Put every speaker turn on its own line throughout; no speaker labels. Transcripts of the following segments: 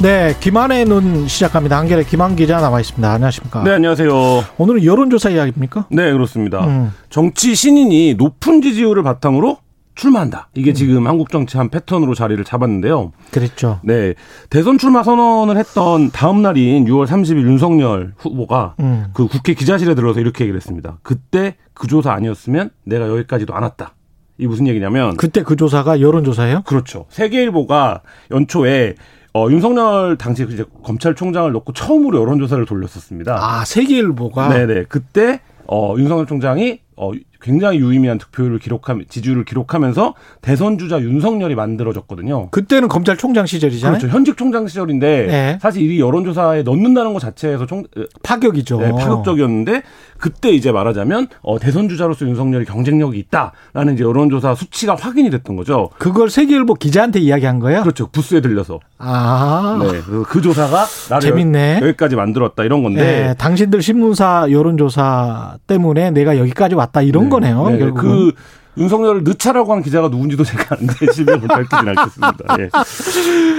네, 김한의 눈 시작합니다. 한겨레 김한 기자 나와 있습니다. 안녕하십니까?
네, 안녕하세요.
오늘은 여론조사 이야기입니까?
네, 그렇습니다.
음.
정치 신인이 높은 지지율을 바탕으로 출마한다.
음.
이게 지금 한국 정치 한 패턴으로 자리를 잡았는데요.
그랬죠.
네. 대선 출마 선언을 했던 다음 날인 6월 30일 윤석열 후보가
음.
그 국회 기자실에 들어서 이렇게 얘기를 했습니다. 그때 그 조사 아니었으면 내가 여기까지도 안 왔다. 이게 무슨 얘기냐면
그때 그 조사가 여론조사예요?
그렇죠. 세계일보가 연초에 어, 윤석열 당시 이제 검찰총장을 놓고 처음으로 여론조사를 돌렸었습니다.
아, 세계일보가
네네. 그때 어, 윤석열 총장이 어, 굉장히 유의미한 득표율을 기록함 지지율을 기록하면서 대선 주자 윤석열이 만들어졌거든요.
그때는 검찰총장 시절이잖아요.
그렇죠. 현직 총장 시절인데
네.
사실 이 여론조사에 넣는다는 것 자체에서 총,
파격이죠.
네, 파격적이었는데 그때 이제 말하자면 어, 대선 주자로서 윤석열이 경쟁력이 있다라는 이제 여론조사 수치가 확인이 됐던 거죠.
그걸 세계일보 기자한테 이야기한 거예요?
그렇죠. 부스에 들려서
아.
네, 그래서 그 조사가 나를
재밌네.
여, 기까지 만들었다 이런 건데
네, 당신들 신문사 여론조사 때문에 내가 여기까지 왔다 이런 거네요.
네,
결국은.
그 윤석열을 느차라고 한 기자가 누군지도 제가 안데 실명 못 밝히진 않겠습니다. 예.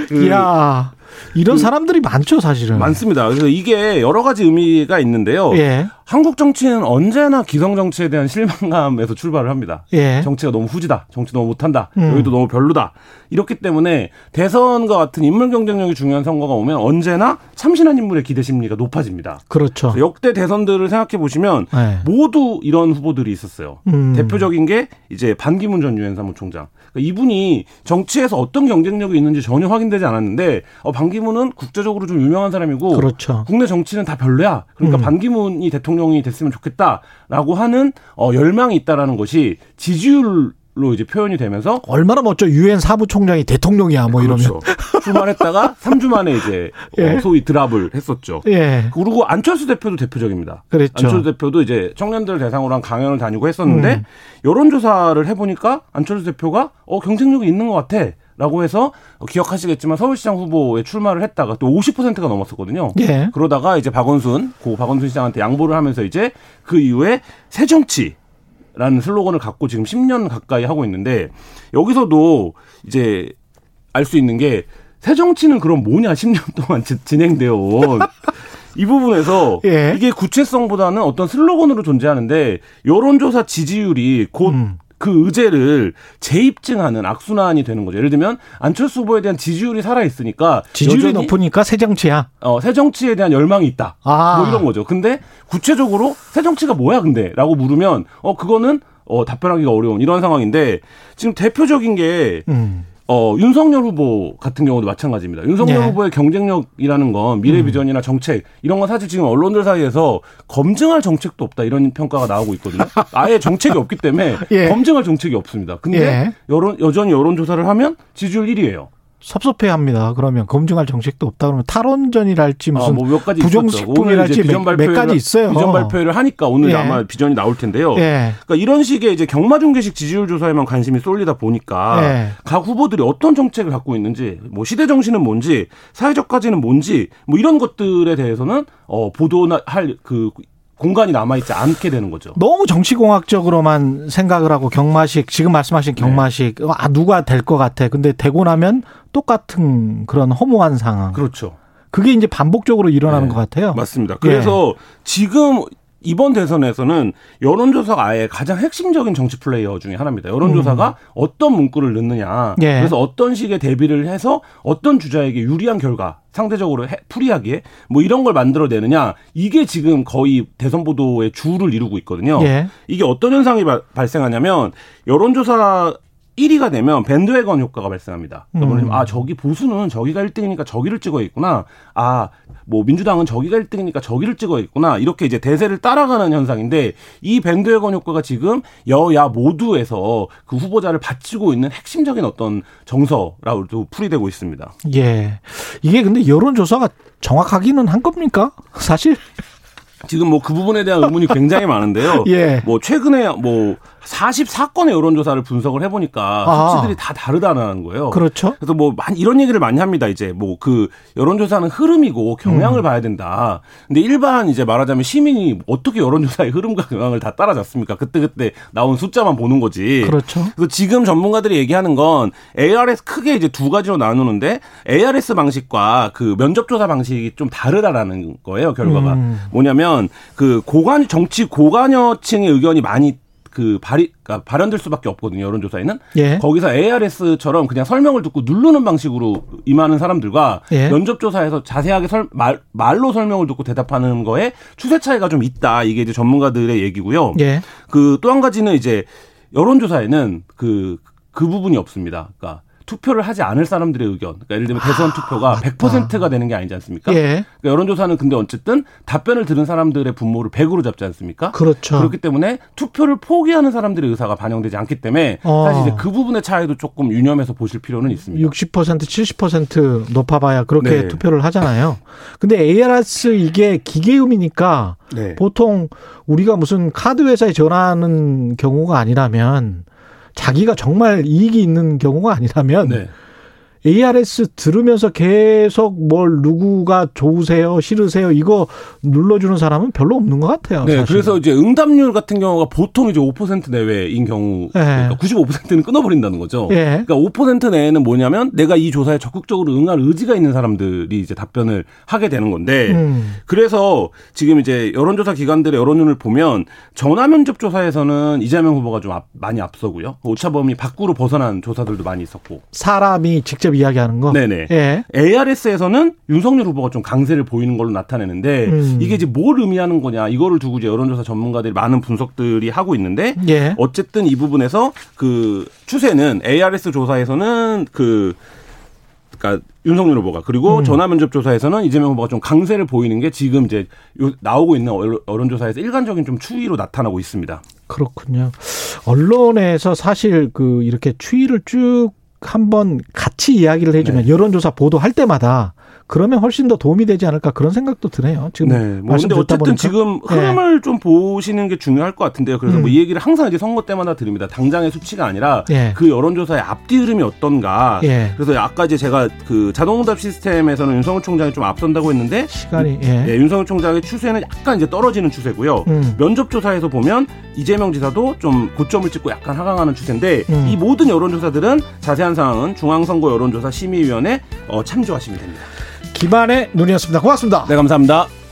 그
이야, 이런 사람들이 많죠, 사실은.
많습니다. 그래서 이게 여러 가지 의미가 있는데요.
예.
한국 정치는 언제나 기성 정치에 대한 실망감에서 출발을 합니다.
예.
정치가 너무 후지다. 정치 너무 못한다.
음.
여기도 너무 별로다. 이렇기 때문에 대선과 같은 인물 경쟁력이 중요한 선거가 오면 언제나 참신한 인물의 기대 심리가 높아집니다.
그렇죠.
그래서 역대 대선들을 생각해 보시면
네.
모두 이런 후보들이 있었어요.
음.
대표적인 게 이제 반기문 전 유엔 사무총장. 그러니까 이분이 정치에서 어떤 경쟁력이 있는지 전혀 확인되지 않았는데 어, 반기문은 국제적으로 좀 유명한 사람이고
그렇죠. 음.
국내 정치는 다 별로야. 그러니까 반기문이 대통령이 됐으면 좋겠다라고 하는 어, 열망이 있다라는 것이 지지율로 이제 표현이 되면서
얼마나 멋져. 유엔 사무총장이 대통령이야, 뭐 이러면.
그렇죠. 출마했다가 3주 만에 이제 어,
예.
소위 드랍을 했었죠.
예.
그리고 안철수 대표도 대표적입니다.
그랬죠.
안철수 대표도 이제 청년들 대상으로 한 강연을 다니고 했었는데
음.
여론조사를 해보니까 안철수 대표가 어 경쟁력이 있는 것 같아. 라고 해서 어, 기억하시겠지만 서울시장 후보에 출마를 했다가 또 50%가 넘었었거든요.
예.
그러다가 이제 박원순, 고 박원순 시장한테 양보를 하면서 이제 그 이후에 새정치 라는 슬로건을 갖고 지금 10년 가까이 하고 있는데 여기서도 이제 알 수 있는 게 새정치는 그럼 뭐냐 10년 동안 지- 진행되어 온. 이 부분에서
예.
이게 구체성보다는 어떤 슬로건으로 존재하는데 여론조사 지지율이 곧
음.
그 의제를 재입증하는 악순환이 되는 거죠. 예를 들면 안철수 후보에 대한 지지율이 살아 있으니까
지지율이
여전히
높으니까 새 정치야.
어, 새 정치에 대한 열망이 있다.
아.
뭐 이런 거죠. 근데 구체적으로 새 정치가 뭐야 근데? 라고 물으면 어, 그거는 어, 답변하기가 어려운 이런 상황인데 지금 대표적인 게
음.
어, 윤석열 후보 같은 경우도 마찬가지입니다. 윤석열
네. 음.
후보의 경쟁력이라는 건 미래 비전이나 정책 이런 건 사실 지금 언론들 사이에서 검증할 정책도 없다 이런 평가가 나오고 있거든요. 아예 정책이 없기 때문에
예.
검증할 정책이 없습니다. 근데
예.
여론, 여전히 여론조사를 하면 지지율 1위예요
섭섭해합니다. 그러면 검증할 정책도 없다 그러면 탈원전이랄지 무슨
아, 뭐몇 가지
부정식품이랄지
있었죠.
몇,
오늘 이제
몇 가지 있어요.
비전 발표회를 하니까 오늘
예.
아마 비전이 나올 텐데요.
예.
그러니까 이런 식의 이제 경마중개식 지지율 조사에만 관심이 쏠리다 보니까
예.
각 후보들이 어떤 정책을 갖고 있는지, 뭐 시대 정신은 뭔지, 사회적 가치는 뭔지, 뭐 이런 것들에 대해서는 어 보도나 할 그 공간이 남아 있지 않게 되는 거죠.
너무 정치공학적으로만 생각을 하고 경마식 지금
네.
말씀하신 경마식 아 누가 될 것 같아. 근데 되고 나면 똑같은 그런 허무한 상황.
그렇죠.
그게 이제 반복적으로 일어나는
네.
것 같아요. 예.
맞습니다. 그래서 지금 이번 대선에서는 여론조사가 아예 가장 핵심적인 정치 플레이어 중에 하나입니다. 여론조사가 어떤 문구를 넣느냐.
음. 예.
그래서 어떤 식의 대비를 해서 어떤 주자에게 유리한 결과, 상대적으로 해- 풀이하기에 뭐 이런 걸 만들어내느냐. 이게 지금 거의 대선 보도의 주를 이루고 있거든요.
예.
이게 어떤 현상이 발- 발생하냐면 여론조사 1위가 되면 밴드웨건 효과가 발생합니다. 그러니까 뭐냐면 아 저기 보수는 저기가 1등이니까 저기를 찍어야겠구나. 아 뭐 민주당은 저기가 1등이니까 저기를 찍어야겠구나. 이렇게 이제 대세를 따라가는 현상인데 이 밴드웨건 효과가 지금 여야 모두에서 그 후보자를 바치고 있는 핵심적인 어떤 정서라고도 풀이되고 있습니다.
예. 이게 근데 여론조사가 정확하기는 한 겁니까? 사실
지금 뭐 그 부분에 대한 의문이 굉장히 많은데요.
예.
뭐 최근에 뭐 44건의 여론조사를 분석을 해보니까
아.
수치들이 다 다르다는 거예요.
그렇죠.
그래서 뭐 많이- 이런 얘기를 많이 합니다. 이제 뭐 그 여론조사는 흐름이고
음.
경향을 봐야 된다. 근데 일반 이제 말하자면 시민이 어떻게 여론조사의 흐름과 경향을 다 따라잡습니까? 그때 그때 나온 숫자만 보는 거지.
그렇죠.
그래서 지금 전문가들이 얘기하는 건 ARS 크게 이제 두 가지로 나누는데 ARS 방식과 그 면접조사 방식이 좀 다르다라는 거예요 결과가
음.
뭐냐면 그 고관 정치 고관여층의 의견이 많이 그 발이 그러니까 발현될 수밖에 없거든요 여론조사에는
예.
거기서 ARS처럼 그냥 설명을 듣고 누르는 방식으로 임하는 사람들과
예.
면접조사에서 자세하게 설, 말, 말로 설명을 듣고 대답하는 거에 추세 차이가 좀 있다 이게 이제 전문가들의 얘기고요.
예.
그 또 한 가지는 이제 여론조사에는 그, 그 부분이 없습니다. 그러니까 투표를 하지 않을 사람들의 의견. 그러니까 예를 들면 대선 투표가 100%가 되는 게 아니지 않습니까?
아, 예.
그러니까 여론조사는 근데 어쨌든 답변을 들은 사람들의 분모를 100으로 잡지 않습니까?
그렇죠.
그렇기 때문에 투표를 포기하는 사람들의 의사가 반영되지 않기 때문에
어.
사실 이제 그 부분의 차이도 조금 유념해서 보실 필요는 있습니다.
60% 70% 높아봐야 그렇게
네.
투표를 하잖아요. 근데 ARS 이게 기계음이니까
네.
보통 우리가 무슨 카드 회사에 전화하는 경우가 아니라면 자기가 정말 이익이 있는 경우가 아니라면
네.
ARS 들으면서 계속 뭘 누구가 좋으세요, 싫으세요 이거 눌러주는 사람은 별로 없는 것 같아요.
네,
사실.
그래서 이제 응답률 같은 경우가 보통 이제 5% 내외인 경우,
네.
그러니까 95%는 끊어버린다는 거죠.
예.
그러니까 5% 내에는 뭐냐면 내가 이 조사에 적극적으로 응할 의지가 있는 사람들이 이제 답변을 하게 되는 건데,
음.
그래서 지금 이제 여론조사 기관들의 여론을 보면 전화 면접 조사에서는 이재명 후보가 좀 앞- 많이 앞서고요. 오차범위 밖으로 벗어난 조사들도 많이 있었고,
사람이 직접 이야기하는 거.
네네.
예.
ARS에서는 윤석열 후보가 좀 강세를 보이는 걸로 나타내는데
음.
이게 이제 뭘 의미하는 거냐 이거를 두고 이제 여론조사 전문가들이 많은 분석들이 하고 있는데
예.
어쨌든 이 부분에서 그 추세는 ARS 조사에서는 그 그러니까 윤석열 후보가 그리고
음.
전화 면접 조사에서는 이재명 후보가 좀 강세를 보이는 게 지금 이제 요- 나오고 있는 여론- 여론조사에서 일관적인 좀 추이로 나타나고 있습니다.
그렇군요. 언론에서 사실 그 이렇게 추이를 쭉 한번 같이 이야기를 해주면
네.
여론조사 보도할 때마다 그러면 훨씬 더 도움이 되지 않을까 그런 생각도 드네요. 지금
네. 뭐
말씀
근데
듣다
어쨌든
보니까 예.
지금 흐름을 좀 보시는 게 중요할 것 같은데요. 그래서 뭐 이 얘기를 항상 이제 선거 때마다 드립니다. 당장의 수치가 아니라
음. 예.
그 여론조사의 앞뒤 흐름이 어떤가.
예.
그래서 아까 이제 제가 그 자동응답 시스템에서는 윤석열 총장이 좀 앞선다고 했는데
시간이 예.
예, 윤석열 총장의 추세는 약간 이제 떨어지는 추세고요.
음.
면접조사에서 보면 이재명 지사도 좀 고점을 찍고 약간 하강하는 추세인데
음.
이 모든 여론조사들은 자세한 사항은 중앙선거 여론조사 심의위원회 어, 참조하시면 됩니다.
기반의 눈이었습니다. 고맙습니다.
네, 감사합니다.